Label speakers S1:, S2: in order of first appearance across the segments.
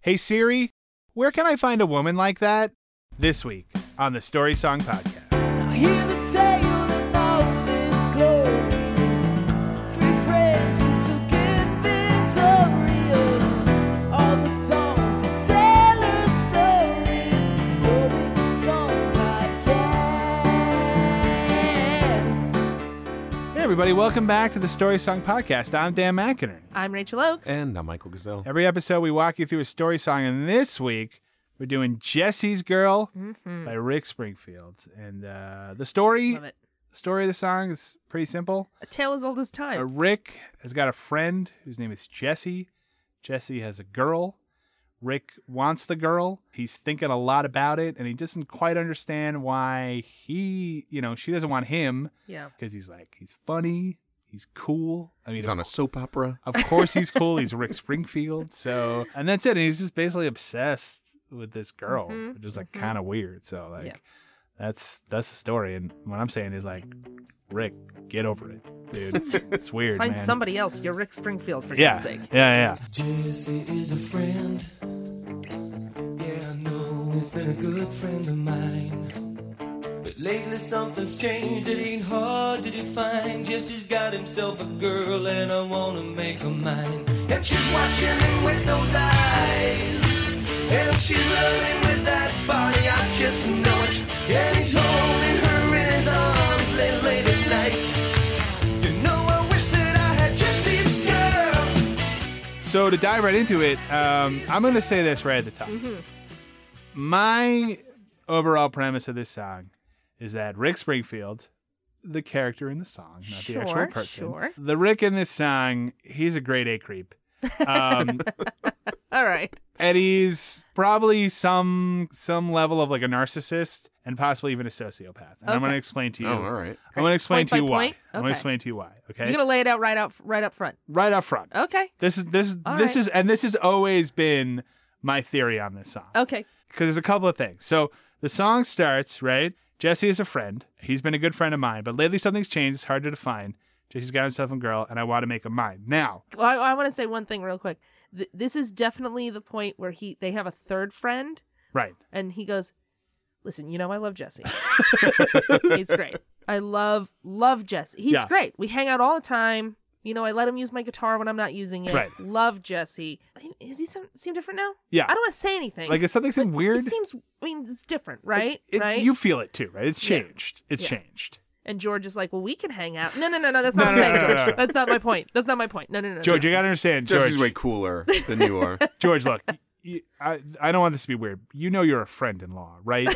S1: Hey Siri, where can I find a woman like that? This week on the Story Song Podcast.
S2: Now hear the tale of love in its glory. Three friends who took inventory of all the songs that tell a story. It's the Story Song Podcast.
S1: Hey everybody, welcome back to the Story Song Podcast. I'm Dan McInerney.
S3: I'm Rachel Oakes.
S4: And I'm Michael Gazelle.
S1: Every episode we walk you through a story song, and this week we're doing Jesse's Girl by Rick Springfield. And uh, the story
S3: Mm-hmm. Love it.
S1: story of the song is pretty simple.
S3: A tale as old as time.
S1: Uh, Rick has got a friend whose name is Jesse. Jesse has a girl. Rick wants the girl. He's thinking a lot about it, and he doesn't quite understand why he, you know, she doesn't want him
S3: yeah.
S1: because he's like he's funny, he's cool. I mean,
S4: He's
S1: of
S4: on a soap opera.
S1: Of course he's cool. He's Rick Springfield. So, and that's it. And he's just basically obsessed with this girl, which is like kind of weird. So, like,
S3: Mm-hmm. Yeah.
S1: that's that's the story. And what I'm saying is like, Rick, get over it, dude. It's, it's weird.
S3: Find
S1: man.
S3: somebody else. You're Rick Springfield for
S1: Yeah.
S3: God's sake.
S1: Yeah, yeah.
S2: Jesse is a friend. Yeah, I know he's been a good friend of mine. But lately something's changed, it ain't hard to define. Jesse's got himself a girl, and I wanna make her mine. And she's watching him with those eyes. And she's loving with that body, I just know it. And he's holding her in his arms late, late at night. You know, I wish that I had Jesse's girl.
S1: So to dive right into it, um, I'm going to say this right at the top.
S3: Mm-hmm.
S1: My overall premise of this song is that Rick Springfield, the character in the song, not the actual
S3: Sure,
S1: person,
S3: sure.
S1: the Rick in this song, he's a grade A creep. Um,
S3: All right.
S1: and he's probably some some level of like a narcissist and possibly even a sociopath. And I'm
S3: Okay.
S1: going to explain to you.
S4: Oh, all right.
S1: I'm going to explain
S3: Point
S1: to
S3: by
S1: you why.
S3: point?
S1: I'm going to
S3: Okay.
S1: explain to you why. Okay.
S3: You're gonna lay it out right out right up front.
S1: Right up front.
S3: Okay.
S1: This is this is
S3: All
S1: this
S3: right.
S1: is and this has always been my theory on this song.
S3: Okay.
S1: Because there's a couple of things. So the song starts, right? Jesse is a friend. He's been a good friend of mine, but lately something's changed. It's hard to define. Jesse's got himself a girl, and I want to make him mine. Now,
S3: Well, I, I want to say one thing real quick. Th- this is definitely the point where he they have a third friend,
S1: right.
S3: and he goes, "Listen, you know I love Jesse. He's great. I love love Jesse. He's
S1: Yeah.
S3: great. We hang out all the time." You know, I let him use my guitar when I'm not using it.
S1: Right.
S3: Love Jesse. Is he some, seem different now?
S1: Yeah.
S3: I don't want to say anything.
S1: Like, is something seem weird?
S3: It seems. I mean, it's different, right?
S1: It-
S3: right.
S1: You feel it too, right? It's
S3: Yeah.
S1: changed. It's
S3: Yeah.
S1: changed.
S3: And George is like, "Well, we can hang out." No, no, no, no. That's
S1: No,
S3: not what
S1: no,
S3: I'm saying,
S1: no, no,
S3: George.
S1: no, no.
S3: That's not my point. That's not my point. No, no, no.
S1: George, you gotta understand. George,
S4: Jesse's way cooler than you are.
S1: George, look, you, I I don't want this to be weird. You know you're a friend in law, right?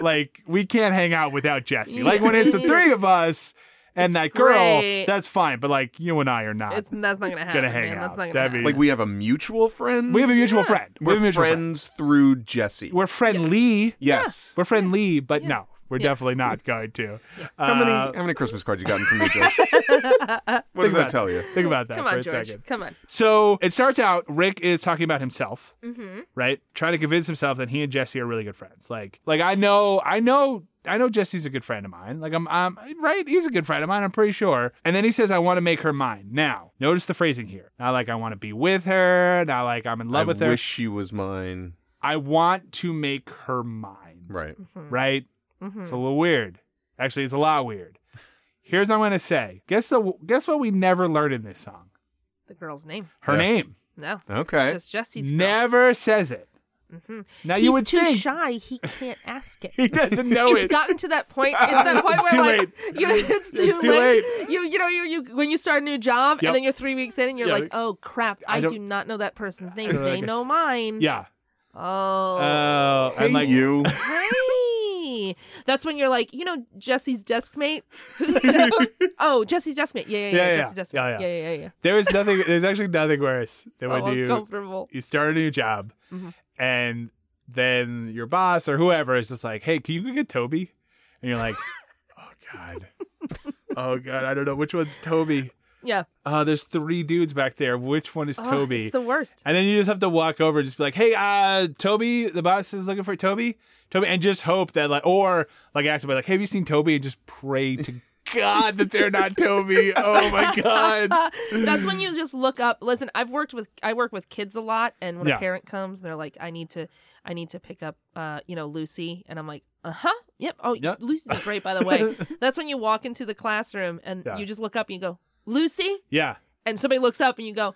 S1: like we can't hang out without Jesse. Like when it's the three of us and
S3: It's
S1: that girl,
S3: great.
S1: that's fine. But like you and I are not.
S3: it's that's not gonna happen.
S1: hang
S3: man. That's
S1: out.
S3: not gonna
S1: That'd be-
S3: happen.
S4: like we have a mutual friend.
S1: we have a mutual friend. We
S4: We're
S1: have a mutual friend.
S4: friends through Jesse.
S1: We're friendly.
S4: yes.
S1: We're friendly, but no, We're definitely not going to.
S4: How many
S1: Uh,
S4: how many Christmas cards you gotten from me, Josh? what does
S1: about
S4: that
S1: it.
S4: tell you?
S1: Think about that
S3: Come
S1: for
S3: on,
S1: a
S3: George.
S1: second.
S3: Come on.
S1: So it starts out Rick is talking about himself,
S3: Mm-hmm.
S1: right? Trying to convince himself that he and Jesse are really good friends. Like, like I know, I know, I know Jesse's a good friend of mine. Like I'm, I'm right. He's a good friend of mine. I'm pretty sure. And then he says, "I want to make her mine." Now, notice the phrasing here. Not like I want to be with her. Not like I'm in love
S4: I
S1: with her.
S4: wish she was mine.
S1: I want to make her mine.
S4: Right.
S1: right? It's a little weird. Actually, it's a lot weird. Here's what I'm gonna say. Guess the guess what we never learned in this song.
S3: The girl's name.
S1: Her
S4: Yeah.
S1: name
S3: No.
S4: Okay.
S3: Just Jesse's girl.
S1: never says it. Now
S3: Mm-hmm. He's
S1: you would
S3: too
S1: think
S3: shy. He can't ask it.
S1: he doesn't know
S3: it's
S1: it.
S3: gotten to that point. It's that point
S1: It's
S3: where
S1: too
S3: like
S1: late.
S3: You, it's too,
S1: too
S3: late. You you know you, you when you start a new job
S1: Yep.
S3: and then you're three weeks in and you're
S1: Yeah.
S3: like, oh crap,
S1: I
S3: I,
S1: don't-
S3: do not know that person's name.
S1: don't
S3: They
S1: like it.
S3: know mine.
S1: yeah.
S3: Oh.
S1: Uh,
S4: Hey,
S1: and like
S4: you.
S3: Hey. That's when you're like, you know, Jesse's desk mate. oh, Jesse's desk mate. Yeah, yeah, yeah.
S1: Yeah, yeah,
S3: Jesse's desk mate.
S1: yeah,
S3: Yeah,
S1: yeah.
S3: yeah, yeah. yeah,
S1: there is nothing. There's actually nothing worse than
S3: So
S1: when you
S3: uncomfortable.
S1: you start a new job,
S3: Mhm.
S1: and then your boss or whoever is just like, "Hey, can you go get Toby?" And you're like, "Oh God, oh God, I don't know which one's Toby."
S3: Yeah.
S1: Oh, there's three dudes back there. Which one is
S3: Oh,
S1: Toby?
S3: it's the worst.
S1: And then you just have to walk over and just be like, hey, uh, Toby, the boss is looking for Toby. Toby, and just hope that, like, or like, ask somebody, like, have you seen Toby? And just pray to God that they're not Toby. Oh my God.
S3: That's when you just look up. Listen, I've worked with I work with kids a lot, and when
S1: Yeah.
S3: a parent comes, they're like, "I need to, I need to pick up, uh, you know, Lucy," and I'm like, "Uh huh, yep. Oh,
S1: Yeah.
S3: Lucy's great, by the way." That's when you walk into the classroom and
S1: Yeah.
S3: you just look up and you go, "Lucy,"
S1: Yeah.
S3: and somebody looks up and you go,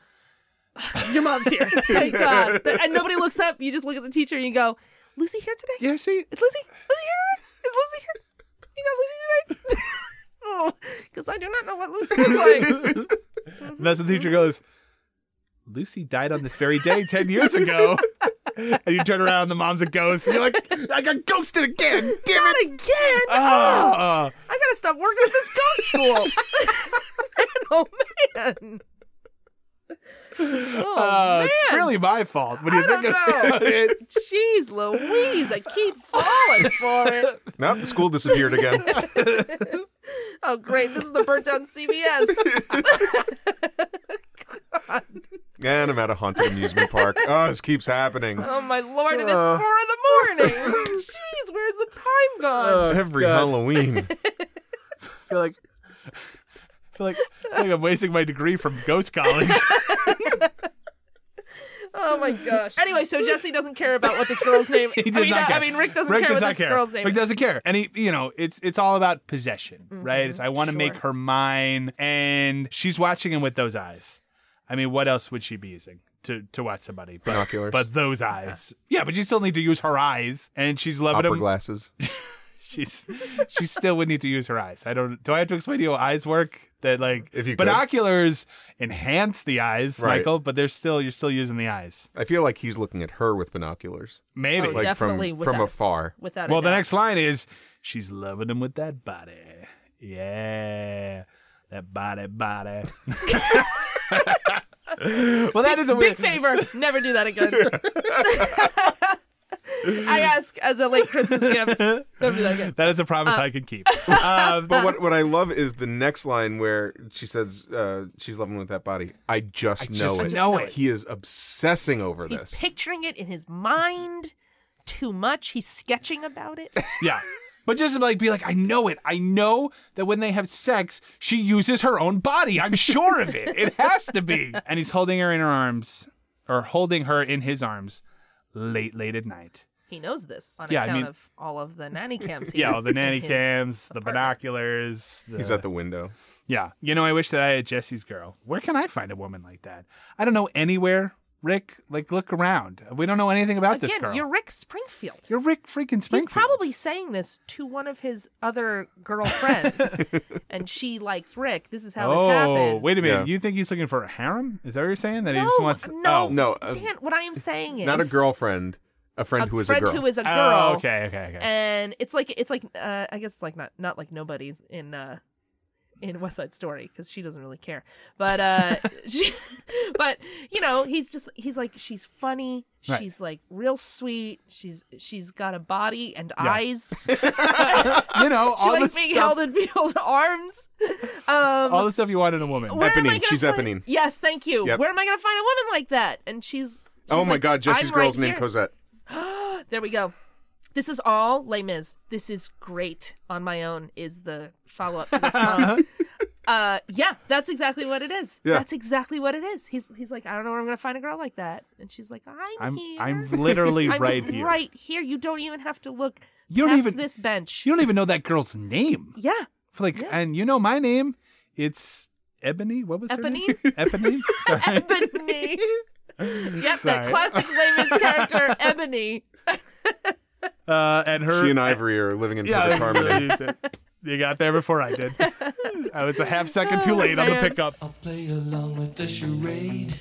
S3: "Your mom's here." Thank God. And nobody looks up. You just look at the teacher and you go, "Lucy here today?
S1: Yeah, she.
S3: Is Lucy? Lucy here? today? Is Lucy here? You got Lucy today?" Oh, because I do not know what Lucy looks like.
S1: And that's the teacher goes, Lucy died on this very day 10 years ago. and you turn around and the mom's a ghost. And you're like, I got ghosted again. Damn
S3: Not
S1: it.
S3: again.
S1: Oh, oh.
S3: I gotta stop working at this ghost school. oh man. Oh
S1: Uh,
S3: man.
S1: It's really my fault. What do you
S3: I
S1: think
S3: don't
S1: about it?
S3: Jeez Louise, I keep falling for it.
S4: Nope, the school disappeared again.
S3: Oh great, this is the burnt down CBS.
S4: and I'm at a haunted amusement park. Oh, this keeps happening.
S3: Oh my lord, and it's
S1: Uh.
S3: four in the morning. Jeez, where's the time gone?
S1: Uh.
S4: Every
S1: God.
S4: Halloween.
S1: I feel like I feel like, I feel like I'm wasting my degree from ghost college.
S3: Oh my gosh. Anyway, so Jesse doesn't care about what this girl's name.
S1: he does
S3: I mean,
S1: not
S3: I-
S1: care.
S3: I mean, Rick doesn't care
S1: does
S3: what
S1: not
S3: this girl's name.
S1: Rick
S3: is.
S1: doesn't care, and he, you know, it's it's all about possession, right? It's I want to
S3: Mm-hmm. sure.
S1: make her mine, and she's watching him with those eyes. I mean, what else would she be using to to watch somebody? But,
S4: Binoculars.
S1: but those eyes, yeah. But you still need to use her eyes, and she's loving
S4: Opera
S1: him.
S4: glasses.
S1: She's she still would need to use her eyes. I don't. Do I have to explain to you how eyes work? That like
S4: If you could.
S1: binoculars enhance the eyes,
S4: Right.
S1: Michael, but they're still you're still using the eyes.
S4: I feel like he's looking at her with binoculars.
S1: Maybe.
S3: Oh,
S4: Like
S3: Definitely
S4: from
S3: with
S4: from
S3: that.
S4: afar.
S3: Without a
S1: well, the
S3: doubt.
S1: next line is she's loving him with that body. Yeah. That body, body. well, that is a weird.
S3: big favor. Never do that again. I ask as a late Christmas gift. Never do that again.
S1: That is a promise
S3: Uh,
S1: I can keep. Um,
S4: But what, what I love is the next line where she says uh, she's loving with that body. I just know
S1: just
S4: it.
S1: know it.
S4: He is obsessing over
S3: He's
S4: this.
S3: picturing it in his mind too much. He's sketching about it.
S1: yeah. But just like be like, I know it. I know that when they have sex, she uses her own body. I'm sure of it. It has to be. And he's holding her in her arms, or holding her in his arms, late, late at night.
S3: He knows this on
S1: Yeah, I
S3: account
S1: mean-
S3: of all of the nanny cams. He
S1: Yeah,
S3: has
S1: the nanny
S3: in his
S1: cams, the
S3: apartment.
S1: binoculars.
S4: He's at the window.
S1: Yeah. You know, I wish that I had Jesse's girl. Where can I find a woman like that? I don't know anywhere, Rick. Like, look around. We don't know anything about this
S3: Again,
S1: girl.
S3: you're Rick Springfield.
S1: You're Rick freaking
S3: He's
S1: Springfield.
S3: probably saying this to one of his other girlfriends, and she likes Rick. This is how
S1: oh,
S3: this happens.
S1: wait a minute.
S4: Yeah.
S1: You think he's looking for a harem? Is that what you're saying? That he
S3: No,
S1: just wants.
S3: no,
S1: Oh.
S4: No, uh,
S3: Dan, what I am saying is
S4: Not a girlfriend, a friend who is
S3: friend
S4: a girl.
S3: who is a girl.
S1: Oh, okay, okay, okay.
S3: And it's like it's like uh, I guess it's like not not like nobody's in uh in West Side Story because she doesn't really care. But uh, she, but you know, he's just he's like she's funny.
S1: Right.
S3: She's like real sweet. She's she's got a body and
S1: Yeah.
S3: eyes.
S1: you know,
S3: She
S1: all the
S3: likes being
S1: stuff,
S3: held in people's arms. Um,
S1: all the stuff you want in a woman.
S3: where am I
S4: Eponine.
S3: gonna
S4: She's
S3: find-
S4: Eponine.
S3: Yes, thank you.
S4: Yep.
S3: Where am I going to find a woman like that? And she's.
S4: oh
S3: she's
S4: my
S3: like,
S4: God, Jesse's
S3: "I'm
S4: girl's
S3: right
S4: name
S3: here."
S4: Cosette.
S3: There we go. This is all Les Mis. This is great on my own. Is the follow up to this
S1: Uh-huh.
S3: song? uh, yeah, that's exactly what it is.
S4: Yeah.
S3: That's exactly what it is. He's he's like, I don't know where I'm going to find a girl like that, and she's like, I'm
S1: I'm
S3: here.
S1: I'm literally
S3: I'm
S1: right here.
S3: Right here. You don't even have to look.
S1: You don't
S3: past
S1: even-
S3: this bench.
S1: You don't even know that girl's name.
S3: Yeah.
S1: Like, and you know my name. It's Ebony. What was
S3: Eponine?
S1: her name? Ebony. Sorry.
S3: Ebony. yep, that
S1: Sorry.
S3: classic Les Mis character, Ebony.
S1: Uh, and her.
S4: She and Ivory are living in
S1: yeah.
S4: perfect harmony.
S1: you got there before I did. I was a half second too late on the
S3: Oh, man.
S1: pickup.
S2: I'll play along with the charade.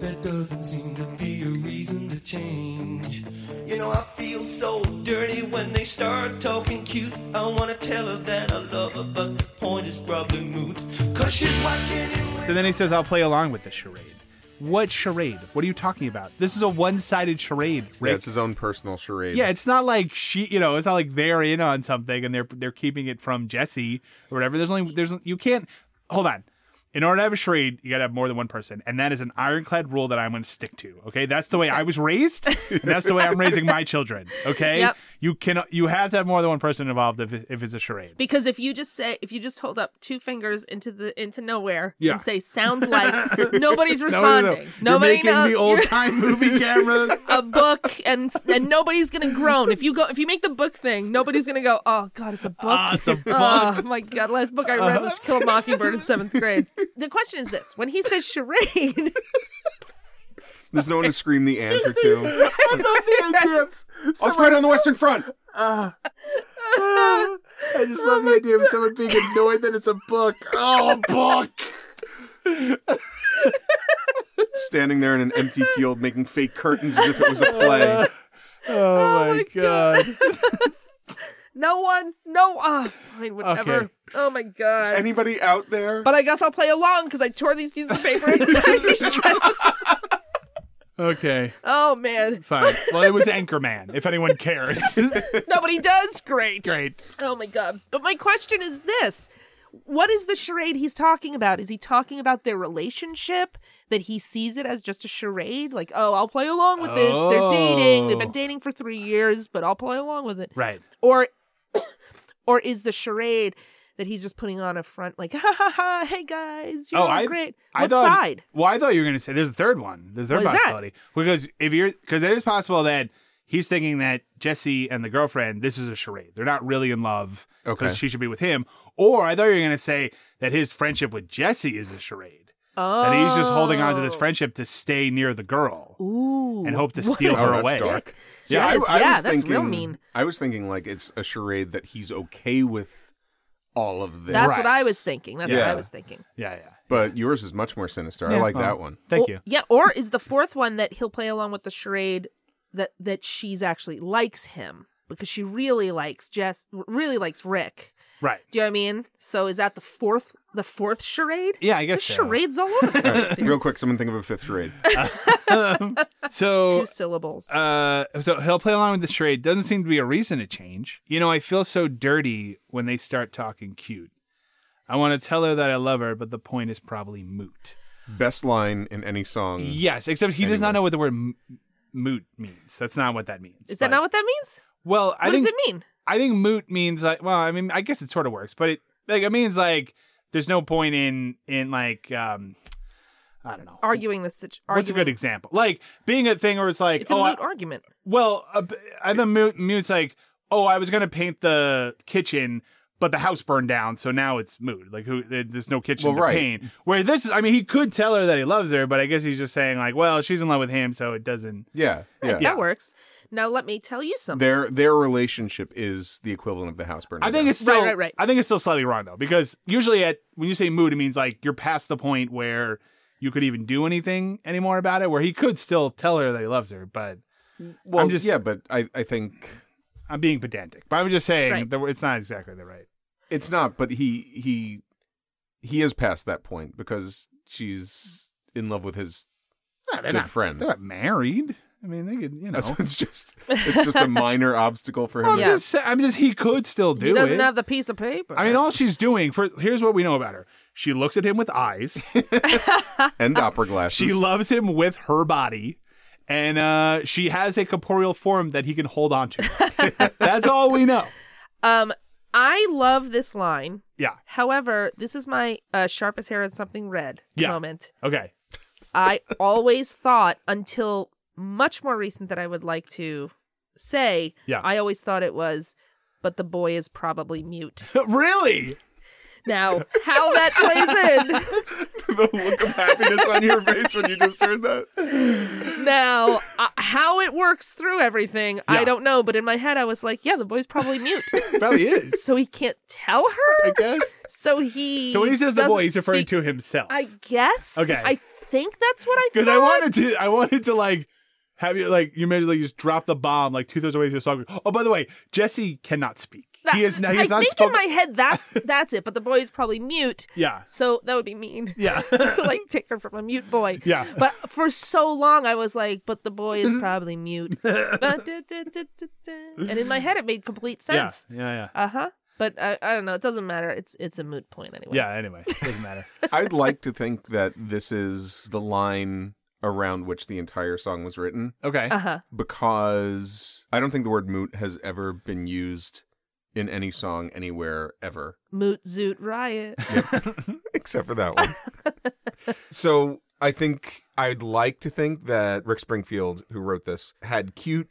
S2: There doesn't seem to be a reason to change. You know, I feel so dirty when they start talking cute. I wanna tell her that I love her, but the point is probably moot. Cause she's watching it.
S1: So then he says, I'll play along with the charade. What charade? What are you talking about? This is a one sided charade,
S4: Yeah,
S1: Rick.
S4: it's his own personal charade.
S1: Yeah, it's not like she, you know, it's not like they're in on something and they're they're keeping it from Jesse or whatever. There's only there's you can't hold on. In order to have a charade, you gotta have more than one person, and that is an ironclad rule that I'm going to stick to. Okay, that's the way I was raised, and that's the way I'm raising my children. Okay,
S3: Yep.
S1: you can you have to have more than one person involved if, it- if it's a charade.
S3: Because if you just say if you just hold up two fingers into the into nowhere
S1: Yeah.
S3: and say sounds like nobody's
S1: No, no, no.
S3: responding.
S1: You're
S3: Nobody
S1: making
S3: knows
S1: me old time movie cameras.
S3: a book and and nobody's gonna groan. If you go if you make the book thing, nobody's gonna go, Oh god, it's a book.
S1: Ah, it's a book. Uh-huh.
S3: Oh my god, last book I read was To Kill a Mockingbird in seventh grade. The question is this when he says charade
S4: There's no one to scream the answer to.
S1: I love the idea of
S4: I'll square it on the Western Front.
S1: I just love the idea of someone being annoyed that it's a book. Oh, a book.
S4: Standing there in an empty field making fake curtains as if it was a play.
S1: Oh, my, god.
S3: No one, no ah fine, whatever.
S1: Okay.
S3: Oh my god.
S4: Anybody out there?
S3: but I guess I'll play along because I tore these pieces of paper into tiny strips.
S1: Okay,
S3: Oh man,
S1: fine. Well, it was Anchorman, if anyone cares.
S3: nobody does. Great.
S1: Great.
S3: Oh my god. But my question is this: What is the charade he's talking about? Is he talking about their relationship? That he sees it as just a charade? Like, oh, I'll play along with this. They're dating. They've been
S1: Oh.
S3: dating for three years, but I'll play along with it.
S1: Right.
S3: Or, or is the charade? That he's just putting on a front, like, ha ha ha, hey guys, you're
S1: Oh,
S3: all
S1: I-
S3: great.
S1: I
S3: What
S1: thought,
S3: side?
S1: Well, I thought you were going to say there's a third one. There's a third
S3: What is that?
S1: possibility. Because if you're, because it is possible that he's thinking that Jesse and the girlfriend, this is a charade. They're not really in love.
S4: Okay.
S1: Because she should be with him. Or I thought you were going to say that his friendship with Jesse is a charade.
S3: Oh.
S1: That he's just holding on to this friendship to stay near the girl.
S3: Ooh.
S1: and hope to
S3: What
S1: steal
S3: a
S1: her
S4: Oh,
S1: away.
S4: that's dark.
S3: Yeah,
S4: I-
S3: yes,
S4: I,
S3: yeah,
S4: was
S3: that's
S4: thinking,
S3: real mean.
S4: I was thinking like it's a charade that he's okay with all of this.
S3: That's
S1: Right.
S3: what I was thinking. That's what
S4: Yeah.
S3: I was thinking.
S1: Yeah, yeah.
S4: But yours is much more sinister. I
S1: Yeah,
S4: like
S1: well,
S4: that one.
S1: Thank
S3: Or-
S1: you.
S3: Yeah, or is the fourth one that he'll play along with the charade that that she's actually likes him because she really likes Jess, really likes Rick.
S1: Right.
S3: Do you know what I mean? So is that the fourth the fourth charade?
S1: Yeah, I
S3: There's
S1: guess so.
S3: charades all over the place here.
S4: Real quick, someone think of a fifth charade.
S1: So,
S3: Two syllables.
S1: uh, so he'll play along with the charade. Doesn't seem to be a reason to change. You know, I feel so dirty when they start talking cute. I want to tell her that I love her, but the point is probably moot.
S4: Best line in any song.
S1: Yes, except he does not know what the word m- moot means. That's not what that means.
S3: is that
S1: but-
S3: not what that means?
S1: Well, I
S3: what
S1: think
S3: does it mean?
S1: I think moot means like well, I mean I guess it sort of works, but it like it means like there's no point in in like um I don't know.
S3: Arguing this situ- arguing.
S1: What's a good example? Like being a thing where it's like,
S3: It's a
S1: oh, I-
S3: moot argument.
S1: well, uh, b- I the mute, mute's like, oh, I was gonna paint the kitchen, but the house burned down, so now it's moot. Like, who? there- There's no kitchen
S4: Well,
S1: to
S4: right.
S1: paint. Where this is, I mean, he could tell her that he loves her, but I guess he's just saying like, well, she's in love with him, so it doesn't.
S4: Yeah. Yeah.
S1: Yeah.
S3: That works. Now let me tell you something.
S4: Their their relationship is the equivalent of the house burning.
S1: I think
S4: down.
S1: it's still,
S3: right, right.
S1: I think it's still slightly wrong though, because usually at when you say moot, it means like you're past the point where you could even do anything anymore about it. Where he could still tell her that he loves her, but
S4: well,
S1: just-
S4: yeah, but I I think
S1: I'm being pedantic. But I'm just saying
S3: Right.
S1: that it's not exactly the right.
S4: It's not, but he he he is past that point because she's in love with his.
S1: No, they're
S4: Good
S1: not,
S4: friend.
S1: They're not married. I mean, they could, you know.
S4: It's just it's just a minor obstacle for him.
S1: I'm
S3: Yeah.
S1: just, sa- I'm just. He could still do
S3: he doesn't
S1: it.
S3: have the piece of paper.
S1: I mean, all she's doing for here's what we know about her. She looks at him with eyes.
S4: And opera glasses.
S1: she loves him with her body, and uh, she has a corporeal form that he can hold on to. That's all we know.
S3: um, I love this line.
S1: Yeah.
S3: However, this is my uh, sharp as hair and something red
S1: Yeah.
S3: moment.
S1: Okay.
S3: I always thought until much more recent that I would like to say.
S1: Yeah.
S3: I always thought it was, but the boy is probably mute.
S1: really?
S3: Now, how that plays in.
S4: the look of happiness on your face when you just heard that.
S3: Now, uh, how it works through everything,
S1: Yeah.
S3: I don't know. But in my head, I was like, yeah, the boy's probably mute.
S1: Probably is.
S3: so he can't tell her?
S1: I guess.
S3: So he.
S1: So when he says the boy,
S3: doesn't
S1: he's referring
S3: speak-
S1: to himself.
S3: I guess.
S1: Okay.
S3: I think that's what I
S1: Because I
S3: thought.
S1: wanted to, I wanted to like have you like you imagine like you just drop the bomb like two thirds away through the song. Oh, by the way, Jesse cannot speak.
S3: That-
S1: he is not. He has
S3: I
S1: not
S3: think
S1: spoken.
S3: in my head that's that's it. But the boy is probably mute.
S1: yeah,
S3: So that would be mean.
S1: yeah,
S3: to like take her from a mute boy.
S1: Yeah.
S3: But for so long I was like, but the boy is probably mute. and in my head it made complete
S1: yeah,
S3: sense.
S1: yeah, yeah.
S3: Uh-huh. But I, I don't know, it doesn't matter. It's it's a moot point anyway.
S1: Yeah. Anyway, doesn't matter.
S3: Uh,
S4: I'd like to think that this is the line around which the entire song was written
S1: Okay.
S3: Uh-huh.
S4: because I don't think the word moot has ever been used in any song anywhere ever.
S3: Moot zoot riot.
S4: except for that one. so I think I'd like to think that Rick Springfield, who wrote this, had cute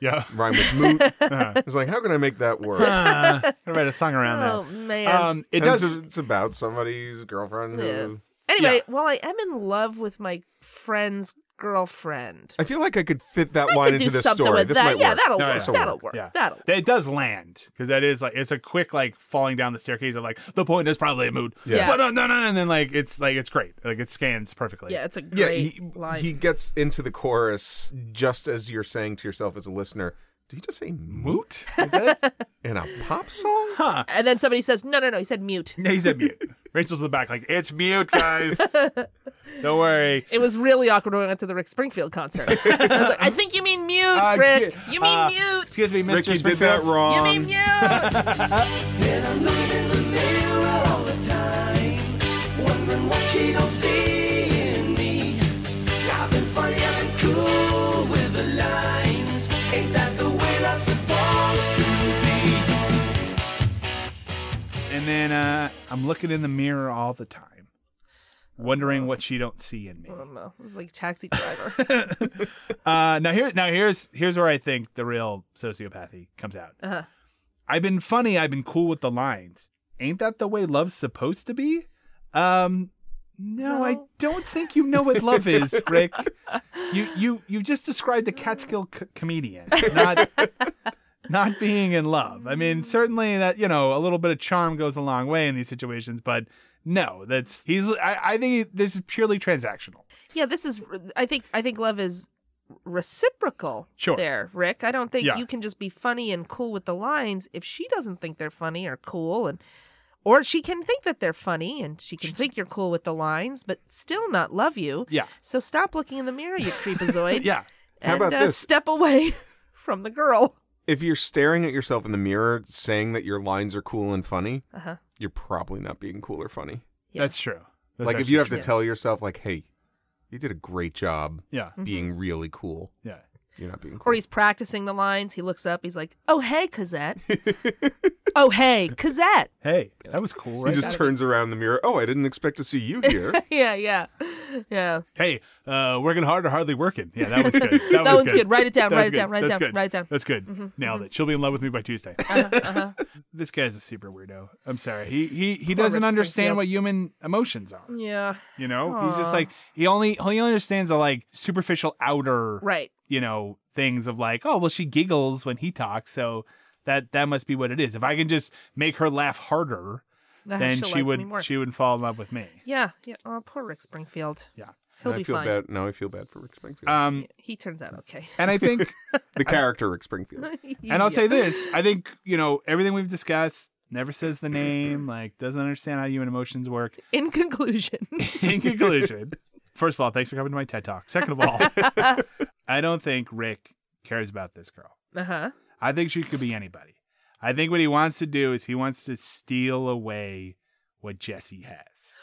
S1: yeah.
S4: rhyme with moot. It's like, how can I make that work?
S1: Uh, I write a song around
S3: Oh
S1: that.
S3: man.
S1: Um, it
S4: And
S1: does.
S3: oh,
S4: It's, it's about somebody's girlfriend. Who,
S3: Yeah. anyway,
S1: yeah.
S3: while I am in love with my friend's girlfriend.
S4: I feel like I could fit that
S3: I
S4: line
S3: could do
S4: into this
S3: something
S4: story.
S3: with
S4: this
S3: that.
S4: might
S3: yeah,
S4: work.
S3: that'll
S1: No,
S3: work.
S1: Oh, yeah.
S3: That'll work.
S1: Yeah.
S3: That'll
S1: It does land because that is like it's a quick like falling down the staircase of like the point is probably a mood.
S3: Yeah.
S1: But no, no, no, and then like it's like it's great. Like it scans perfectly.
S3: Yeah, it's a great
S4: Yeah, he,
S3: line.
S4: he gets into the chorus just as you're saying to yourself as a listener, did he just say moot
S1: Moot? Is that?
S4: in a pop song?
S3: and then somebody says, "No, no, no." He said mute.
S1: No, he said mute. Rachel's in the back, like, it's mute, guys. Don't worry.
S3: It was really awkward when I went to the Rick Springfield concert. I, was like, "I think you mean mute,
S1: Uh,
S3: Rick.
S1: excuse-
S3: You mean
S1: uh, um,
S3: mute.
S1: Excuse me, Mr.
S4: Ricky did
S1: Springfield.
S4: that wrong.
S3: You mean mute.
S2: And I'm looking in the mirror all the time, wondering what she don't see in me. I've been funny, I've been cool with the lines. Ain't that the way love's supposed to be?
S1: And then uh, I'm looking in the mirror all the time, wondering what she don't see in me.
S3: I don't know. It was like Taxi Driver.
S1: Uh, now here, now here's here's where I think the real sociopathy comes out.
S3: Uh-huh.
S1: I've been funny. I've been cool with the lines. Ain't that the way love's supposed to be? Um, no, I
S3: No.
S1: don't think you know what love is, Rick. You you you just described a Catskill c- comedian, not not being in love. I mean,
S3: Mm.
S1: certainly that you know a little bit of charm goes a long way in these situations, but no, that's he's. I, I think this is purely transactional.
S3: yeah, this is. I think. I think love is reciprocal.
S1: Sure.
S3: There, Rick. I don't think
S1: Yeah.
S3: you can just be funny and cool with the lines if she doesn't think they're funny or cool, and or she can think that they're funny and she can think you're cool with the lines, but still not love you.
S1: Yeah.
S3: So stop looking in the mirror, you creepazoid.
S1: Yeah.
S3: And,
S4: How about
S3: uh,
S4: this?
S3: Step away from the girl.
S4: If you're staring at yourself in the mirror saying that your lines are cool and funny,
S3: Uh-huh.
S4: you're probably not being cool or funny.
S3: Yeah.
S1: That's true. That's
S4: like if
S1: actually
S4: you have
S1: true.
S4: to tell yourself like, "Hey, you did a great job
S1: yeah,
S4: being really cool."
S1: yeah.
S4: You're not being cool.
S3: Mm-hmm. Or he's practicing the lines. He looks up. He's like, "Oh hey, Cosette. oh hey, Cosette.
S1: Hey, that was cool,
S4: he
S1: right?
S4: just turns around in the mirror. Oh, I didn't expect to see you here.
S3: Yeah, yeah, yeah.
S1: hey, uh, working hard or hardly working. Yeah, that one's good. That,
S3: That
S1: one's
S3: one's good. Write it down,
S1: That
S3: write
S1: was
S3: it down,
S1: good.
S3: write it
S1: That's
S3: down,
S1: good.
S3: write it down. Mm-hmm, Uh-huh,
S1: That's good. Nailed it. She'll be in love with me by Tuesday. this guy's a super weirdo. I'm sorry. He he he doesn't
S3: Rick
S1: understand
S3: Springfield.
S1: what human emotions are.
S3: Yeah,
S1: You know, he's just like he only he only understands the like superficial outer
S3: right.
S1: you know things of like oh well she giggles when he talks so that that must be what it is. If I can just make her laugh harder,
S3: Nah,
S1: then
S3: Uh, she'll
S1: she
S3: like me
S1: would
S3: more.
S1: she would fall in love with me.
S3: Yeah, yeah. Oh, poor Rick Springfield.
S1: Yeah.
S3: He'll
S4: I
S3: be
S4: feel
S3: fine.
S4: bad. Now I feel bad for Rick Springfield.
S1: Um,
S3: He turns out okay.
S1: and I think
S4: the character Rick Springfield.
S1: And I'll say this: I think you know everything we've discussed never says the name, like doesn't understand how human emotions work.
S3: In conclusion,
S1: In conclusion, first of all, thanks for coming to my TED Talk. Second of all, I don't think Rick cares about this girl.
S3: uh huh.
S1: I think she could be anybody. I think what he wants to do is he wants to steal away what Jesse has.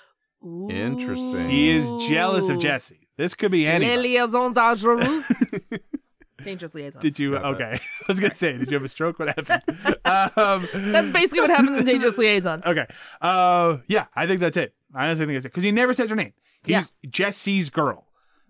S4: Interesting.
S1: He is jealous of Jesse. This could be anybody.
S3: liaison dangereux. Dangerous liaison.
S1: Did you?
S4: Got that.
S1: Okay, I was gonna say, did you have a stroke? What happened? um,
S3: That's basically what happens in Dangerous Liaisons.
S1: okay. Uh, yeah, I think that's it. I honestly think that's it because he never says her name. He's Jesse's girl.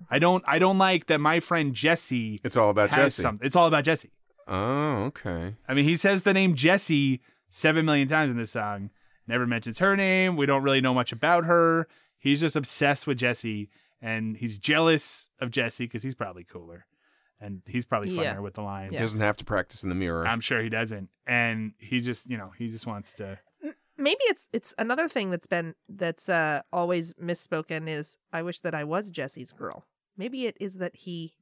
S1: I don't. I don't like that my friend Jesse
S4: It's all about
S1: has
S4: Jesse.
S1: something. It's all about Jesse.
S4: Oh, okay.
S1: I mean, he says the name Jesse seven million times in this song. Never mentions her name. We don't really know much about her. He's just obsessed with Jesse, and he's jealous of Jesse because he's probably cooler, and he's probably funnier
S3: Yeah.
S1: with the lines.
S3: Yeah.
S4: Doesn't have to practice in the mirror.
S1: I'm sure he doesn't. And he just, you know, he just wants to.
S3: Maybe it's it's another thing that's been that's uh always misspoken is I wish that I was Jesse's girl. Maybe it is that he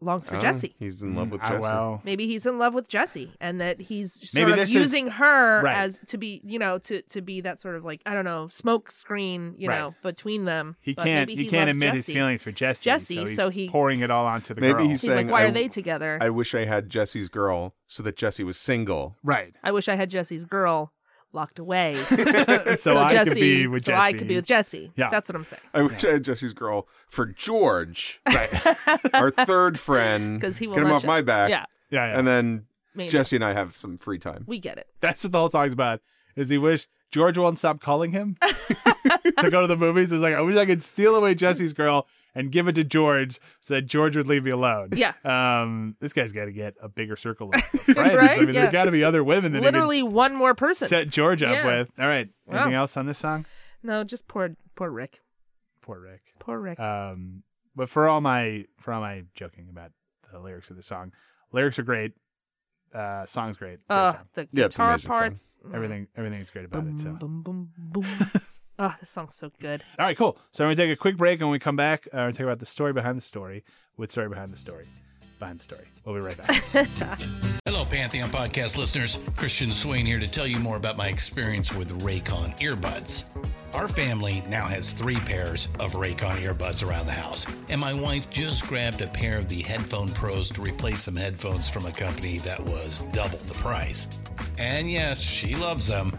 S3: longs for
S4: Oh,
S3: Jesse.
S4: He's in love with
S1: Ah,
S4: Jesse.
S1: well.
S3: Maybe he's in love with Jesse and that he's sort
S1: Maybe
S3: of
S1: this is-
S3: using her
S1: right.
S3: as to be, you know, to to be that sort of like I don't know, smoke screen, you
S1: Right.
S3: know, between them.
S1: He
S3: But
S1: can't.
S3: maybe
S1: He, can't
S3: loves
S1: admit his
S3: Jesse.
S1: feelings for Jesse.
S3: Jesse,
S1: so, he's
S3: so he-
S1: pouring it all onto the
S4: Maybe
S1: girl.
S4: he's-
S3: He's
S4: saying,
S3: like, why
S4: I-
S3: are they together?
S4: I wish I had Jesse's girl so that Jesse was single.
S1: right.
S3: I wish I had Jesse's girl locked away.
S1: so, I
S3: Jesse,
S1: could be with
S3: so
S1: Jesse.
S3: I could be with Jesse.
S1: Yeah.
S3: that's what I'm saying.
S4: I wish I had Jesse's girl for George, our third friend.
S3: Because he will
S4: get him
S3: let
S4: off
S3: you-
S4: my back.
S3: Yeah,
S1: Yeah, yeah.
S4: And then
S3: maybe.
S4: Jesse and I have some free time.
S3: we get it.
S1: That's what the whole song's about. Is he wish George won't stop calling him to go to the movies? He's like, I wish I could steal away Jesse's girl and give it to George so that George would leave me alone.
S3: Yeah.
S1: Um, this guy's got to get a bigger circle of of friends. I
S3: Right?
S1: mean,
S3: Yeah.
S1: there's got to be other women that
S3: Literally
S1: he could
S3: one more person.
S1: set George up
S3: Yeah.
S1: with. All right.
S3: Wow.
S1: Anything else on this song?
S3: No, just poor, poor Rick.
S1: Poor Rick.
S3: Poor Rick.
S1: Um, but for all my for all my joking about the lyrics of the song, lyrics are great. Uh, song's great. Great
S3: Ugh,
S1: song.
S3: Ah, the
S4: Yeah, it's an
S3: guitar
S4: amazing song.
S3: parts. Mm.
S1: Everything everything's great about
S3: Boom,
S1: it. So.
S3: boom, boom, boom. oh, this song's so good.
S1: All right, cool. So we're gonna take a quick break, and when we come back, uh, we're gonna talk about the story behind the story with story behind the story behind the story. We'll be right back.
S5: Hello, Pantheon podcast listeners. Christian Swain here to tell you more about my experience with Raycon earbuds. Our family now has three pairs of Raycon earbuds around the house, and my wife just grabbed a pair of the Headphone Pros to replace some headphones from a company that was double the price. And yes, she loves them.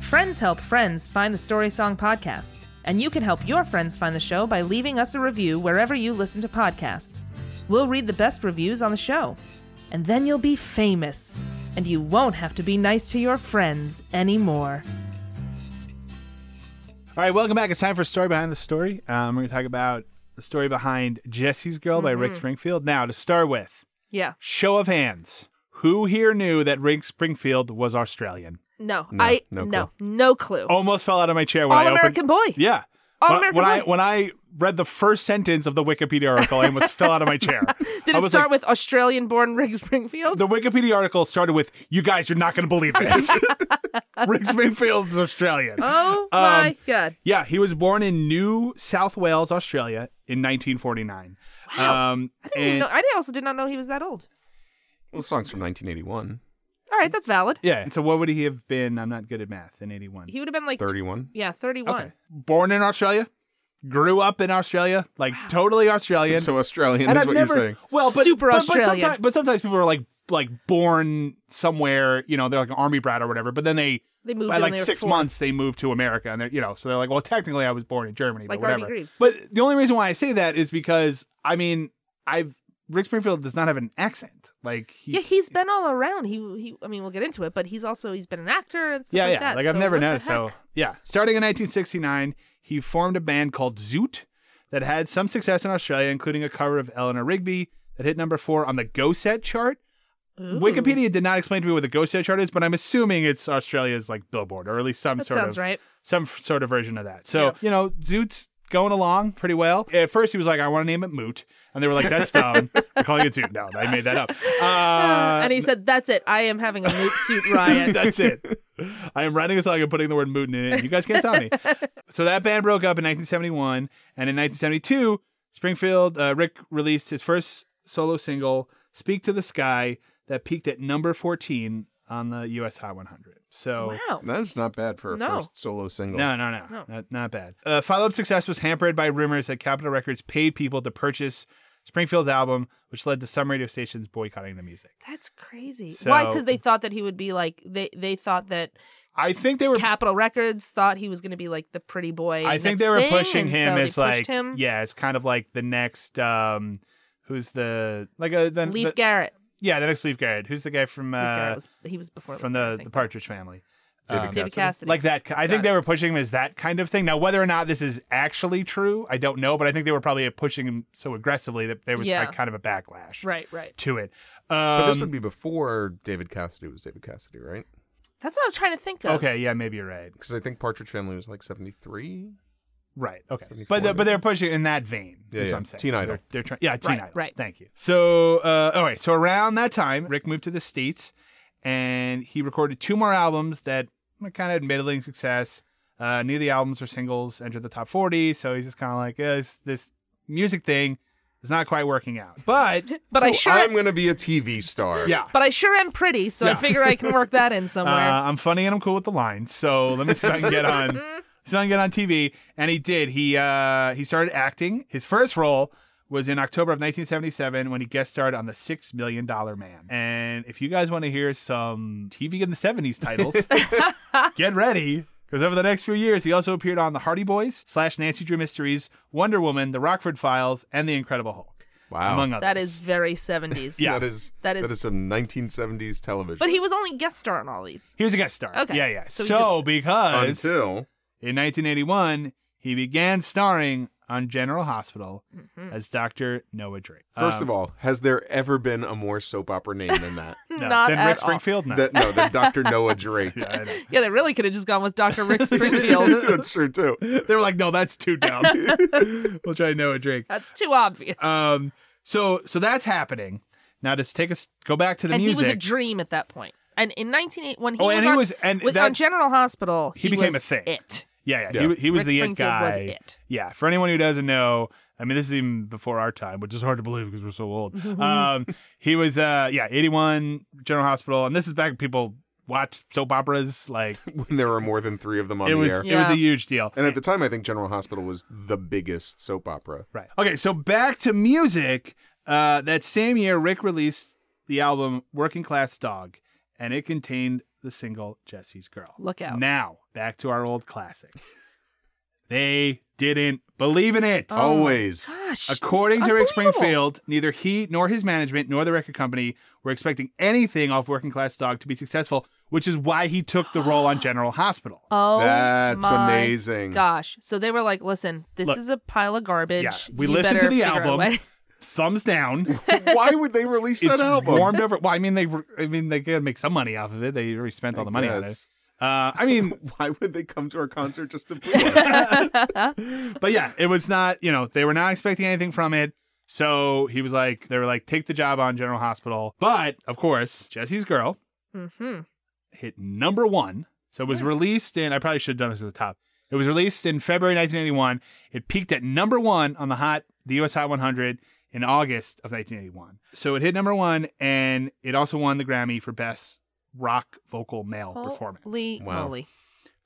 S3: Friends help friends find the Story Song podcast, and you can help your friends find the show by leaving us a review wherever you listen to podcasts. We'll read the best reviews on the show, and then you'll be famous, and you won't have to be nice to your friends anymore.
S1: All right, welcome back. It's time for story behind the story. Um, we're gonna talk about the story behind Jesse's Girl by Rick Springfield. Now, to start with,
S3: Mm-hmm. Yeah.
S1: show of hands, who here knew that Rick Springfield was Australian?
S3: No, I
S4: no
S3: no
S4: clue.
S3: no clue.
S1: Almost fell out of my chair when
S3: All
S1: I
S3: American
S1: opened.
S3: boy.
S1: Yeah,
S3: All
S1: when,
S3: American
S1: when I
S3: Pie.
S1: when I read the first sentence of the Wikipedia article, I almost fell out of my chair.
S3: Did
S1: I
S3: it
S1: was
S3: start
S1: like,
S3: with Australian-born Rick Springfield?
S1: the Wikipedia article started with "You guys, you're not going to believe this." Rick Springfield's Australian.
S3: oh
S1: Um,
S3: my god!
S1: Yeah, he was born in New South Wales, Australia, in 1949. Wow. Um,
S3: I didn't even
S1: and-
S3: know. I also did not know he was that old.
S4: Well, the song's from 1981.
S3: All right, that's valid.
S1: Yeah. and So what would he have been? I'm not good at math. In 81.
S3: He would have been like
S4: 31.
S3: yeah, thirty-one.
S1: Okay. Born in Australia, grew up in Australia, like totally Australian.
S4: So Australian is
S1: I've
S4: what
S1: never-
S4: you're saying.
S1: Well, but,
S3: Super
S1: but, but
S3: Australian.
S1: sometimes, but sometimes people are like like born somewhere, you know, they're like an army brat or whatever, but then they
S3: They moved
S1: by
S3: in
S1: like
S3: when they were
S1: six
S3: four.
S1: months they moved to America and they're you know, so they're like, Well, technically I was born in Germany,
S3: Like
S1: but
S3: Artie
S1: whatever.
S3: Greaves.
S1: But the only reason why I say that is because I mean I've Rick Springfield does not have an accent. Like he,
S3: Yeah, he's been all around. He, he. I mean, we'll get into it, but he's also he's been an actor and stuff
S1: yeah,
S3: like
S1: yeah.
S3: that.
S1: Like
S3: so
S1: I've never
S3: what the
S1: noticed. So
S3: heck?
S1: yeah, starting in 1969, he formed a band called Zoot that had some success in Australia, including a cover of Eleanor Rigby that hit number four on the Go Set chart. Wikipedia did not explain to me what the Go Set chart is, but I'm assuming it's Australia's like Billboard, or at least some
S3: That
S1: sort
S3: sounds
S1: of
S3: right.
S1: some f- sort of version of that. So you know, Zoot's going along pretty well. At first, he was like, "I want to name it Moot," and they were like, "That's dumb. We're calling it Zoot." No, I made that up. Uh,
S3: and he said, "That's it. I am having a moot suit riot."
S1: that's it. I am writing a song and putting the word Mootin in it. and You guys can't stop me. So that band broke up in 1971, and in 1972, Springfield uh, Rick released his first solo single, "Speak to the Sky," that peaked at number 14 on the U.S. Hot 100. So.
S3: wow.
S4: That's not bad for a
S3: No.
S4: first solo single.
S1: No, no, no, Not, not bad. Uh, Follow up success was hampered by rumors that Capitol Records paid people to purchase Springfield's album, which led to some radio stations boycotting the music.
S3: That's crazy. Why?
S1: So-
S3: Because they thought that he would be like they. They thought that
S1: I think they were
S3: Capitol Records thought he was going to be like the pretty boy.
S1: I think
S3: next
S1: they were
S3: thing,
S1: pushing
S3: and
S1: him
S3: so they
S1: as
S3: pushed
S1: like
S3: him.
S1: yeah, it's kind of like the next um who's the like a the,
S3: Leaf
S1: the-
S3: Garrett.
S1: yeah the next Leaf Garrett who's the guy from
S3: Leaf Garrett
S1: uh
S3: was he was before
S1: from
S3: Leaf Garrett, I
S1: the the
S3: think.
S1: Partridge Family. Um,
S3: David Cassidy.
S1: Like that, I think they were pushing him as that kind of thing. Now, whether or not this is actually true, I don't know, but I think they were probably pushing him so aggressively that there was
S3: Yeah.
S1: like kind of a backlash
S3: Right, right.
S1: to it. Um,
S4: But this would be before David Cassidy was David Cassidy, right?
S3: That's what I was trying to think of.
S1: okay, yeah, maybe you're right.
S4: Because I think Partridge Family was like 73.
S1: Right. Okay.
S4: 74
S1: But the, but
S4: maybe.
S1: they're pushing in that vein.
S4: Yeah,
S1: is
S4: yeah.
S1: What I'm saying.
S4: Teen Idol.
S1: They're, they're trying. Yeah. Teen
S3: Right,
S1: Idol.
S3: right.
S1: Thank you. So uh, all right. So around that time, Rick moved to the states, and he recorded two more albums that were kind of middling success. Uh, neither the albums or singles entered the top 40, so he's just kind of like, eh, this, this music thing is not quite working out. But
S3: But I
S4: So
S3: sure
S4: I'm going to be a TV star.
S1: yeah.
S3: but I sure am pretty, so I
S1: Yeah.
S3: figure I can work that in
S1: Uh,
S3: somewhere.
S1: I'm funny and I'm cool with the lines. So let me see if I can get on. see if I can get on TV. And he did. He uh, he started acting. His first role was in October of 1977 when he guest starred on The Six Million Dollar Man. And if you guys want to hear some TV in the 70s titles, get ready. Because over the next few years, he also appeared on The Hardy Boys, slash Nancy Drew Mysteries, Wonder Woman, The Rockford Files, and The Incredible Hulk,
S4: Wow.
S1: among others.
S3: that is very 70s.
S1: Yeah.
S4: That is
S3: That
S4: that
S3: is-
S4: is some 1970s television.
S3: But he was only guest star in all these.
S1: He was a guest star.
S3: Okay.
S1: Yeah, yeah.
S3: So
S1: So,
S3: he
S1: because.
S4: until
S1: In 1981, he began starring on General Hospital
S3: Mm-hmm.
S1: as Dr. Noah Drake.
S4: first of all, has there ever been a more soap opera name than that?
S3: Not
S1: then
S3: at
S1: Rick
S3: all.
S1: Springfield. No.
S4: that no, the Dr. Noah Drake.
S1: I know.
S3: Yeah, they really could have just gone with Dr. Rick Springfield.
S1: Uh,
S4: That's true too.
S1: They were like, no, that's too dumb. we'll try Noah Drake.
S3: That's too obvious.
S1: Um, so, so that's happening. Now, just take us go back to the
S3: and
S1: music.
S3: he was a dream at that point. And in 1980, when he
S1: Oh,
S3: was
S1: and he
S3: on,
S1: was- and
S3: with-
S1: that-
S3: on General Hospital,
S1: he became
S3: was
S1: a thing.
S3: It.
S1: Yeah, yeah.
S4: Yeah.
S1: He, he was
S3: Rick
S1: the it
S3: Springfield
S1: guy.
S3: was it.
S1: Yeah. For anyone who doesn't know, I mean, this is even before our time, which is hard to believe because we're so old. um, he was, uh, yeah, 81 General Hospital, and this is back when people watched soap operas. Like
S4: When there were more than three of them on
S1: it
S4: the
S1: was,
S4: air.
S1: it was
S3: Yeah.
S1: a huge deal.
S4: And at the time, I think General Hospital was the biggest soap opera.
S1: Right. Okay. So back to music. Uh, that same year, Rick released the album Working Class Dog, and it contained the single Jesse's Girl.
S3: Look out.
S1: Now, back to our old classic. they didn't believe in
S3: Oh
S1: it. Oh,
S4: Always.
S3: Gosh, this is
S1: According to Rick
S3: unbelievable.
S1: Springfield, neither he nor his management nor the record company were expecting anything off Working Class Dog to be successful, which is why he took the role on General Hospital.
S3: Oh,
S4: That's
S3: my
S4: amazing.
S3: Gosh. So they were like, listen, this
S1: Look.
S3: is a pile of garbage.
S1: Yeah, we
S3: You
S1: listened to
S3: better
S1: the
S3: figure out a
S1: album.
S3: way."
S1: Thumbs down.
S4: Why would they release that
S1: it's
S4: album?
S1: warmed over. Well, I mean, they, I mean, they gotta make some money off of it. They already spent all the money on it.
S4: Yes.
S1: Uh, I mean,
S4: Why would they come to our concert just to boo us?
S1: but yeah, it was not, you know, they were not expecting anything from it. So he was like, they were like, take the job on General Hospital. But of course, Jesse's Girl
S3: Mm-hmm.
S1: hit number one. So it was released in, I probably should have done this at the top. It was released in February 1981. It peaked at number one on the hot, the US Hot 100 in August of 1981. So it hit number one and it also won the Grammy for Best Rock Vocal Male Performance.
S3: Holy
S4: Wow.
S3: moly.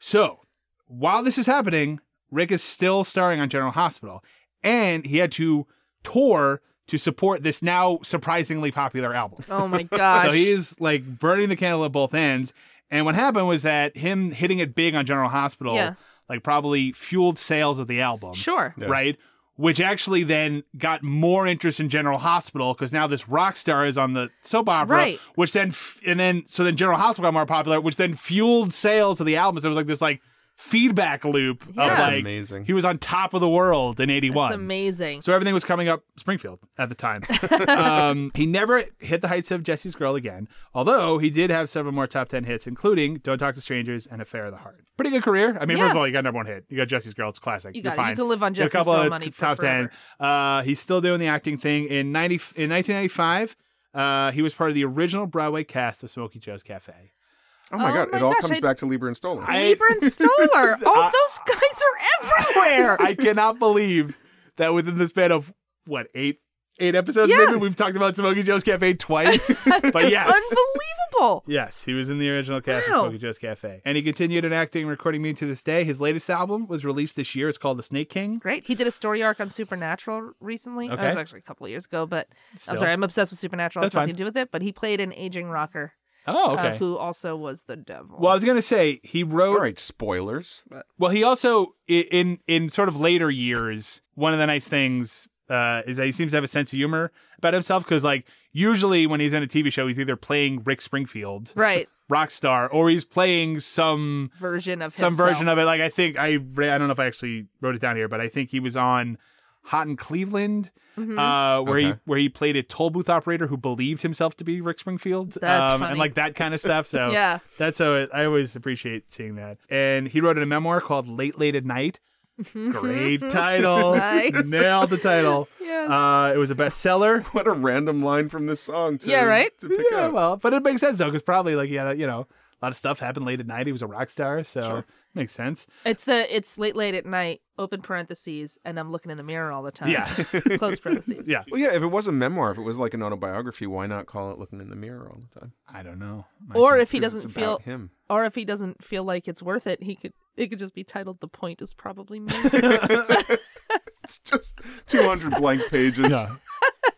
S1: So, while this is happening, Rick is still starring on General Hospital, and he had to tour to support this now surprisingly popular album.
S3: Oh my gosh.
S1: So he is like burning the candle at both ends. And what happened was that him hitting it big on General Hospital,
S3: Yeah.
S1: like probably fueled sales of the album.
S3: Sure.
S4: Yeah.
S1: Right? Which actually then got more interest in General Hospital because now this rock star is on the soap opera,
S3: Right.
S1: which then f- and then so then General Hospital got more popular, which then fueled sales of the album. So it was like this like feedback loop of
S3: That's
S1: like
S4: amazing.
S1: he was on top of the world in eighty
S3: That's
S1: one.
S3: amazing.
S1: So everything was coming up Springfield at the time. um, he never hit the heights of Jesse's Girl again, although he did have several more top 10 hits, including Don't Talk to Strangers and Affair of the Heart. Pretty good career. I mean,
S3: Yeah.
S1: first of all, you got number one hit. You got Jesse's Girl. It's classic.
S3: You
S1: You're
S3: got it. You
S1: fine.
S3: can live on
S1: You're
S3: Jesse's Girl money for
S1: top
S3: forever.
S1: 10. Uh, he's still doing the acting thing. In, 90, in 1995, uh, he was part of the original Broadway cast of Smokey Joe's Cafe.
S4: Oh my
S3: Oh
S4: god,
S3: my
S4: it all
S3: gosh,
S4: comes
S3: I-
S4: back to Lieber and Stoller.
S1: I-
S3: Lieber and Stoller.
S1: uh,
S3: Oh, those guys are everywhere.
S1: I cannot believe that within the span of what eight eight episodes
S3: Yeah.
S1: maybe we've talked about Smokey Joe's Cafe twice. but yes.
S3: Unbelievable.
S1: Yes, he was in the original cast
S3: Wow.
S1: of Smokey Joe's Cafe. And he continued in acting and recording me to this day. His latest album was released this year. It's called The Snake King.
S3: Great. He did a story arc on Supernatural recently. That was
S1: Okay.
S3: actually a couple of years ago, but
S1: Still.
S3: I'm sorry, I'm obsessed with Supernatural. That's
S1: That's fine.
S3: nothing to do with it, but he played an aging rocker
S1: Oh,
S3: uh,
S1: okay.
S3: who also was the devil.
S1: well, I was going to say he wrote
S4: all right, spoilers.
S1: Well, he also i- in in sort of later years, one of the nice things uh, is that he seems to have a sense of humor about himself because, like, usually when he's in a TV show, he's either playing Rick Springfield,
S3: right
S1: rock star, or he's playing some
S3: version of
S1: some
S3: himself.
S1: version of it. Like, I think I re- I don't know if I actually wrote it down here, but I think he was on Hot in Cleveland,
S3: Mm-hmm.
S1: uh, where he
S4: Okay.
S1: where he played a toll booth operator who believed himself to be Rick Springfield, um,
S3: That's
S1: and
S3: funny.
S1: like that kind of stuff. So
S3: Yeah.
S1: that's how it, I always appreciate seeing that. And he wrote a memoir called Late Late at Night. Great title.
S3: Mm-hmm. Nice.
S1: Nailed the title.
S3: Yes.
S1: Uh, it was a bestseller.
S4: What a random line from this song to,
S3: Yeah, right?
S4: to pick
S1: Yeah,
S4: up.
S1: well, but it makes sense though, because probably like he had a, you know a lot of stuff happened late at night. He was a rock star, so makes sense.
S3: It's the it's late late at night, open parentheses, and I'm looking in the mirror all the time.
S1: Yeah.
S3: Close parentheses.
S1: Yeah.
S4: Well, yeah, if it was a memoir, if it was like an autobiography, why not call it looking in the mirror all the time?
S1: I don't know.
S3: Or if he
S4: 'Cause it's
S3: doesn't feel
S4: about him.
S3: or if he doesn't feel like it's worth it, he could it could just be titled The Point is Probably Me.
S4: It's just 200 blank pages.
S1: Yeah.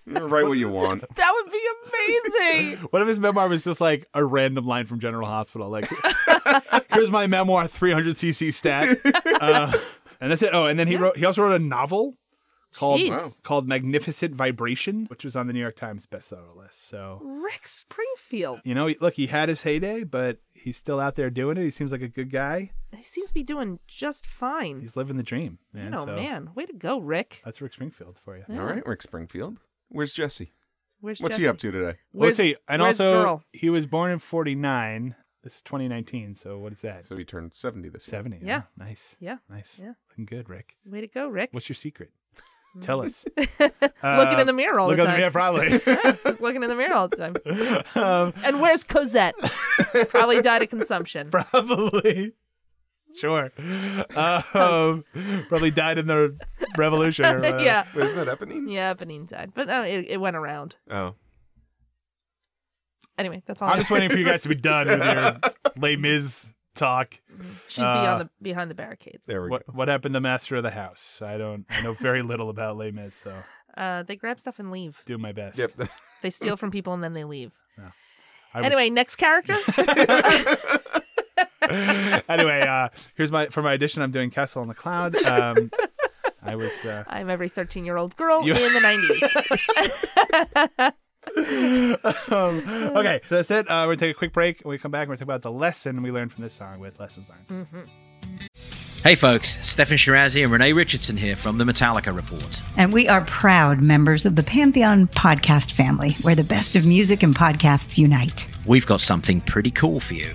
S4: Write what you want.
S3: that would be amazing.
S1: What if his memoir was just like a random line from General Hospital? Like, here's my memoir, 300cc stat. Uh, and that's it. Oh, and then he wrote. He also wrote a novel called
S3: Jeez. Wow.
S1: called Magnificent Vibration, which was on the New York Times bestseller list. So
S3: Rick Springfield.
S1: you know, look, he had his heyday, but he's still out there doing it. He seems like a good guy.
S3: He seems to be doing just fine.
S1: He's living the dream, man.
S3: You know,
S1: so Uh,
S3: man, way to go, Rick.
S1: that's Rick Springfield for you.
S4: All right, Rick Springfield. Where's Jesse?
S3: Where's
S4: What's
S3: Jesse?
S4: he up to today?
S1: Well, let's
S3: Where's-
S1: see. And
S3: where's
S1: also,
S3: girl?
S1: he was born in '49. This is 2019. So what is that?
S4: So he turned 70 this year.
S1: 70.
S3: Yeah.
S1: huh? Nice.
S3: Yeah.
S1: Nice.
S3: Yeah.
S1: Looking good, Rick.
S3: Way to go, Rick.
S1: What's your secret? Tell us. Uh,
S3: looking in the mirror all
S1: Look
S3: the
S1: at
S3: time.
S1: yeah, probably.
S3: He's looking in the mirror all the time.
S1: um,
S3: And where's Cosette? Probably died of consumption.
S1: probably. Sure. Um, probably died in the revolution. Or whatever.
S3: yeah.
S4: Wait, Isn't that Eponine?
S3: Yeah, Benin died. But no, it, it went around.
S4: Oh.
S3: Anyway, that's all.
S1: I'm
S3: I-
S1: just waiting for you guys to be done with your Les Mis talk.
S3: She's beyond
S1: uh,
S3: the behind the barricades.
S4: There we
S1: What,
S4: go.
S1: what happened to Master of the House? I don't. I know very little about Les Mis, so
S3: Uh, they grab stuff and leave.
S1: do my best.
S4: Yep.
S3: They steal from people and then they leave.
S1: I was-
S3: Anyway, next character.
S1: anyway, uh, here's my for my edition. I'm doing Castle on the Cloud. Um, I was. Uh,
S3: I'm every 13 year old girl
S1: You-
S3: in the 90s.
S1: um, okay, so that's it. Uh, we're gonna take a quick break. When we come back, we're gonna talk about the lesson we learned from this song with lessons learned.
S6: Hey folks, Stefan Shirazi and Renee Richardson here from the Metallica Report.
S7: And we are proud members of the Pantheon podcast family, where the best of music and podcasts unite.
S6: We've got something pretty cool for you.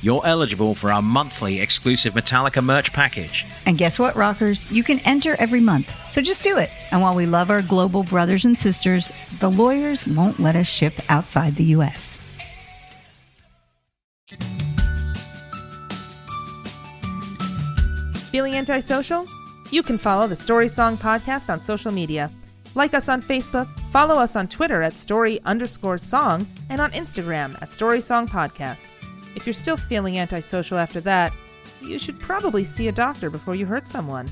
S6: you're eligible for our monthly exclusive Metallica merch package.
S7: And guess what, rockers? You can enter every month. So just do it. And while we love our global brothers and sisters, the lawyers won't let us ship outside the U.S.
S3: Feeling antisocial? You can follow the Story Song Podcast on social media. Like us on Facebook, follow us on Twitter at story underscore song, and on Instagram at Story Song Podcast. If you're still feeling antisocial after that, you should probably see a doctor before you hurt someone.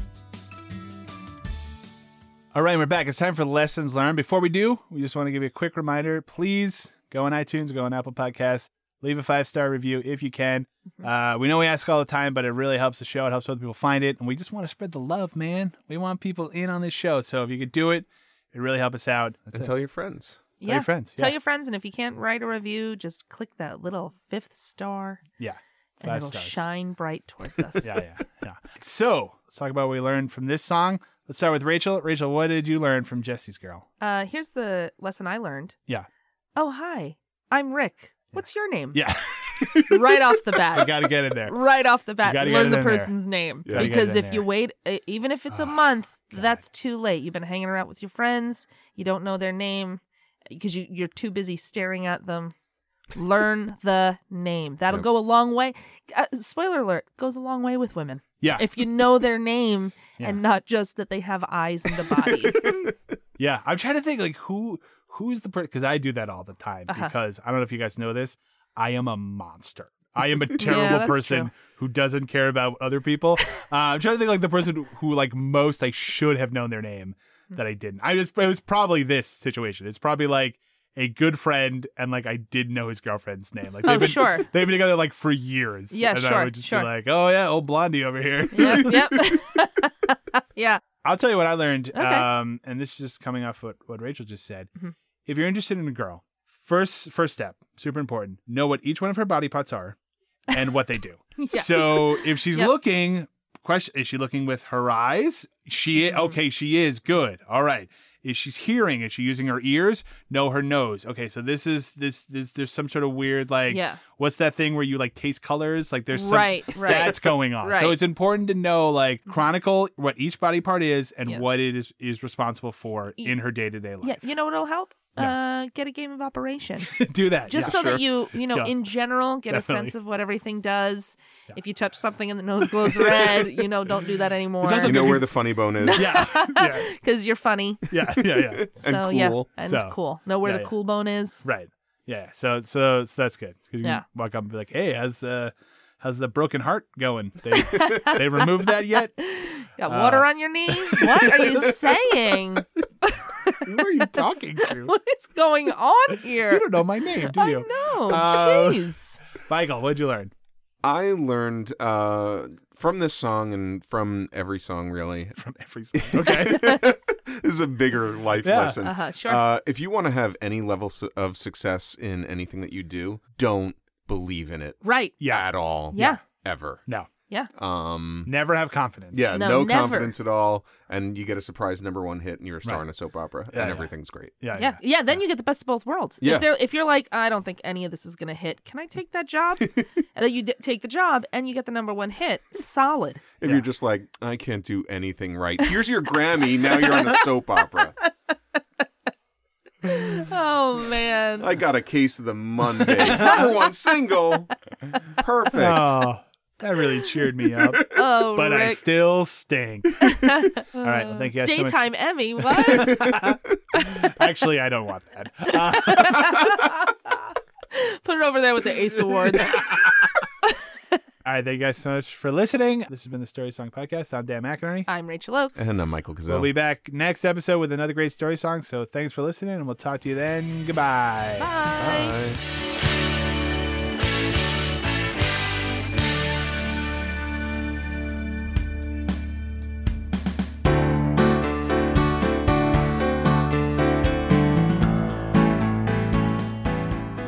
S1: All right, we're back. It's time for lessons learned. Before we do, we just want to give you a quick reminder. Please go on iTunes, go on Apple Podcasts, leave a five star review if you can. Uh, we know we ask all the time, but it really helps the show. It helps other people find it, and we just want to spread the love, man. We want people in on this show, so if you could do it, it really help us out. That's
S4: and
S1: it.
S4: tell your friends.
S1: your friends,
S3: Tell
S1: yeah.
S3: your friends, and if you can't write a review, just click that little fifth star,
S1: yeah,
S3: and
S1: five
S3: it'll
S1: stars.
S3: shine bright towards us.
S1: yeah, yeah, yeah. So let's talk about what we learned from this song. Let's start with Rachel. Rachel, what did you learn from Jesse's Girl?
S3: Uh, here's the lesson I learned.
S1: Yeah,
S3: Oh, hi. I'm Rick. What's your name?
S1: yeah.
S3: Right off the bat.
S1: I got to get in there.
S3: right off the bat
S1: You gotta get
S3: learn
S1: it
S3: the
S1: in there.
S3: person's name
S1: You gotta get
S3: because
S1: it in
S3: if you
S1: there.
S3: wait uh, even if it's a
S1: Ah,
S3: month that's too late you've been hanging around with your friends you don't know their name because you, you're too busy staring at them learn the name that'll
S4: Yep.
S3: go a long way uh, spoiler alert goes a long way with women
S1: Yeah,
S3: if you know their name
S1: Yeah.
S3: and not just that they have eyes in the body
S1: yeah. I'm trying to think like who who's the person because I do that all the time
S3: Uh-huh.
S1: because I don't know if you guys know this. I am a monster. I am a
S3: Yeah,
S1: terrible
S3: that's
S1: person
S3: true.
S1: who doesn't care about other people. Uh, I'm trying to think like the person who like most I should have known their name
S3: Hmm.
S1: that I didn't. I just it was probably this situation. It's probably like a good friend and like I did know his girlfriend's name. Like
S3: Oh,
S1: they've been,
S3: sure.
S1: they've been together like for years.
S3: Yeah,
S1: and I
S3: sure,
S1: would just
S3: sure.
S1: be like, oh yeah, old blondie over here.
S3: yep yep yeah
S1: I'll tell you what I learned.
S3: Okay. Mm-hmm.
S1: Um, and this is just coming off what, what Rachel just said. If you're interested in a girl, first first step, super important, know what each one of her body parts are and what they do.
S3: Yeah.
S1: So if she's
S3: Yep.
S1: looking, question is she looking with her eyes? She
S3: Mm-hmm.
S1: okay, she is good. All right. Is she's hearing? Is she using her ears? No, her nose. Okay, so this is this this there's some sort of weird like
S3: Yeah.
S1: what's that thing where you like taste colors? Like there's some,
S3: Right, right.
S1: that's going on. So
S3: Right. Mm-hmm.
S1: it's important to know like chronicle what each body part is and
S3: Yeah.
S1: what it is is responsible for
S3: Y-
S1: in her day to day life.
S3: yeah you know what'll help
S1: Yeah.
S3: uh get a game of operation
S1: do that
S3: just
S1: yeah,
S3: so
S1: sure.
S3: that you you know
S1: Yeah.
S3: in general get
S1: Definitely.
S3: a sense of what everything does if you touch something and the nose glows red you know don't do that anymore
S1: also
S4: You know where the funny bone is.
S1: Yeah, yeah,
S3: because you're funny
S1: yeah, yeah, yeah.
S3: so
S4: And
S3: yeah
S4: cool.
S3: and
S1: So,
S3: cool know where
S1: yeah,
S3: the
S1: yeah.
S3: cool bone is
S1: Right. Yeah. So so, so that's good because you
S3: Yeah.
S1: can walk up and be like, "Hey, how's uh, how's the broken heart going? They they removed that yet?
S3: got water
S1: Uh,
S3: on your knee what are you saying
S1: Who are you talking to?
S3: what is going on here
S1: You don't know my name, do
S3: i
S1: you?
S3: know
S1: Uh,
S3: jeez
S1: Michael, what'd you learn?
S4: I learned uh, from this song and from every song, really.
S1: From every song. Okay.
S4: this is a bigger life
S1: Yeah.
S4: lesson.
S3: Uh-huh, sure.
S4: Uh, if you want to have any level su- of success in anything that you do, don't believe in it
S3: right
S1: Yeah.
S4: at all.
S3: Yeah.
S4: Ever.
S1: no.
S3: yeah
S4: Um,
S1: Never have confidence.
S4: yeah,
S3: No,
S4: no,
S3: never.
S4: confidence at all. And you get a surprise number one hit and you're a star
S1: Right.
S4: in a soap opera
S1: Yeah,
S4: and
S1: yeah.
S4: everything's great.
S1: Yeah.
S3: yeah, yeah. Then you get the best of both worlds.
S4: Yeah.
S3: If, they're, if you're like, I don't think any of this is gonna hit. Can I take that job? and then you d- take the job, and you get the number one hit. Solid.
S4: If you're just like, I can't do anything right, here's your Grammy. Now you're on a soap opera.
S3: Oh man.
S4: I got a case of the Mondays. Number one single. Perfect.
S1: Oh, that really cheered me up.
S3: oh,
S1: but I
S3: Rick.
S1: still stink. All right. Well, thank you guys so much.
S3: Daytime Emmy. What?
S1: Actually, I don't want that. Uh,
S3: Put it over there with the Ace Awards.
S1: all right. Thank you guys so much for listening. This has been the Story Song Podcast. I'm Dan McInerney.
S3: I'm Rachel Oakes.
S4: And I'm Michael Gazelle.
S1: We'll be back next episode with another great story song. So thanks for listening, and we'll talk to you then. Goodbye.
S3: Bye.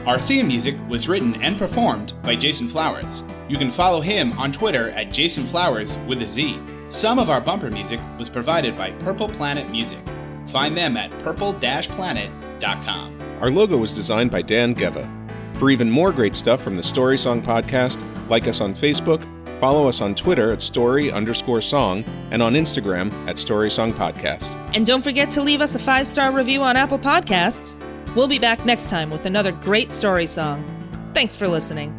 S2: Our theme music was written and performed by Jason Flowers. You can follow him on Twitter at Jason Flowers with a Z. Some of our bumper music was provided by Purple Planet Music. Find them at purple-planet.com.
S4: Our logo was designed by Dan Geva. For even more great stuff from the Story Song podcast, like us on Facebook, follow us on Twitter at story underscore song, and on Instagram at story song podcast.
S3: And don't forget to leave us a five star review on Apple Podcasts. We'll be back next time with another great story song. Thanks for listening.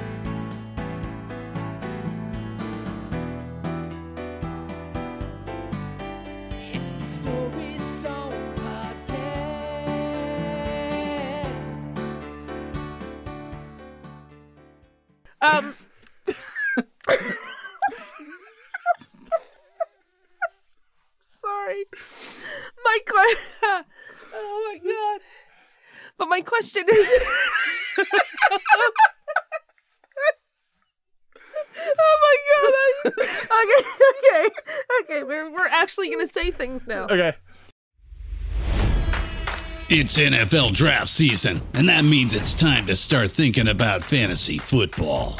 S8: It's the Story Song Podcast.
S7: Um. Sorry. My question. Oh my god. But my question is. oh my god. I- Okay. Okay. Okay. We're, we're actually going to say things now.
S1: Okay.
S5: It's NFL draft season, and that means it's time to start thinking about fantasy football.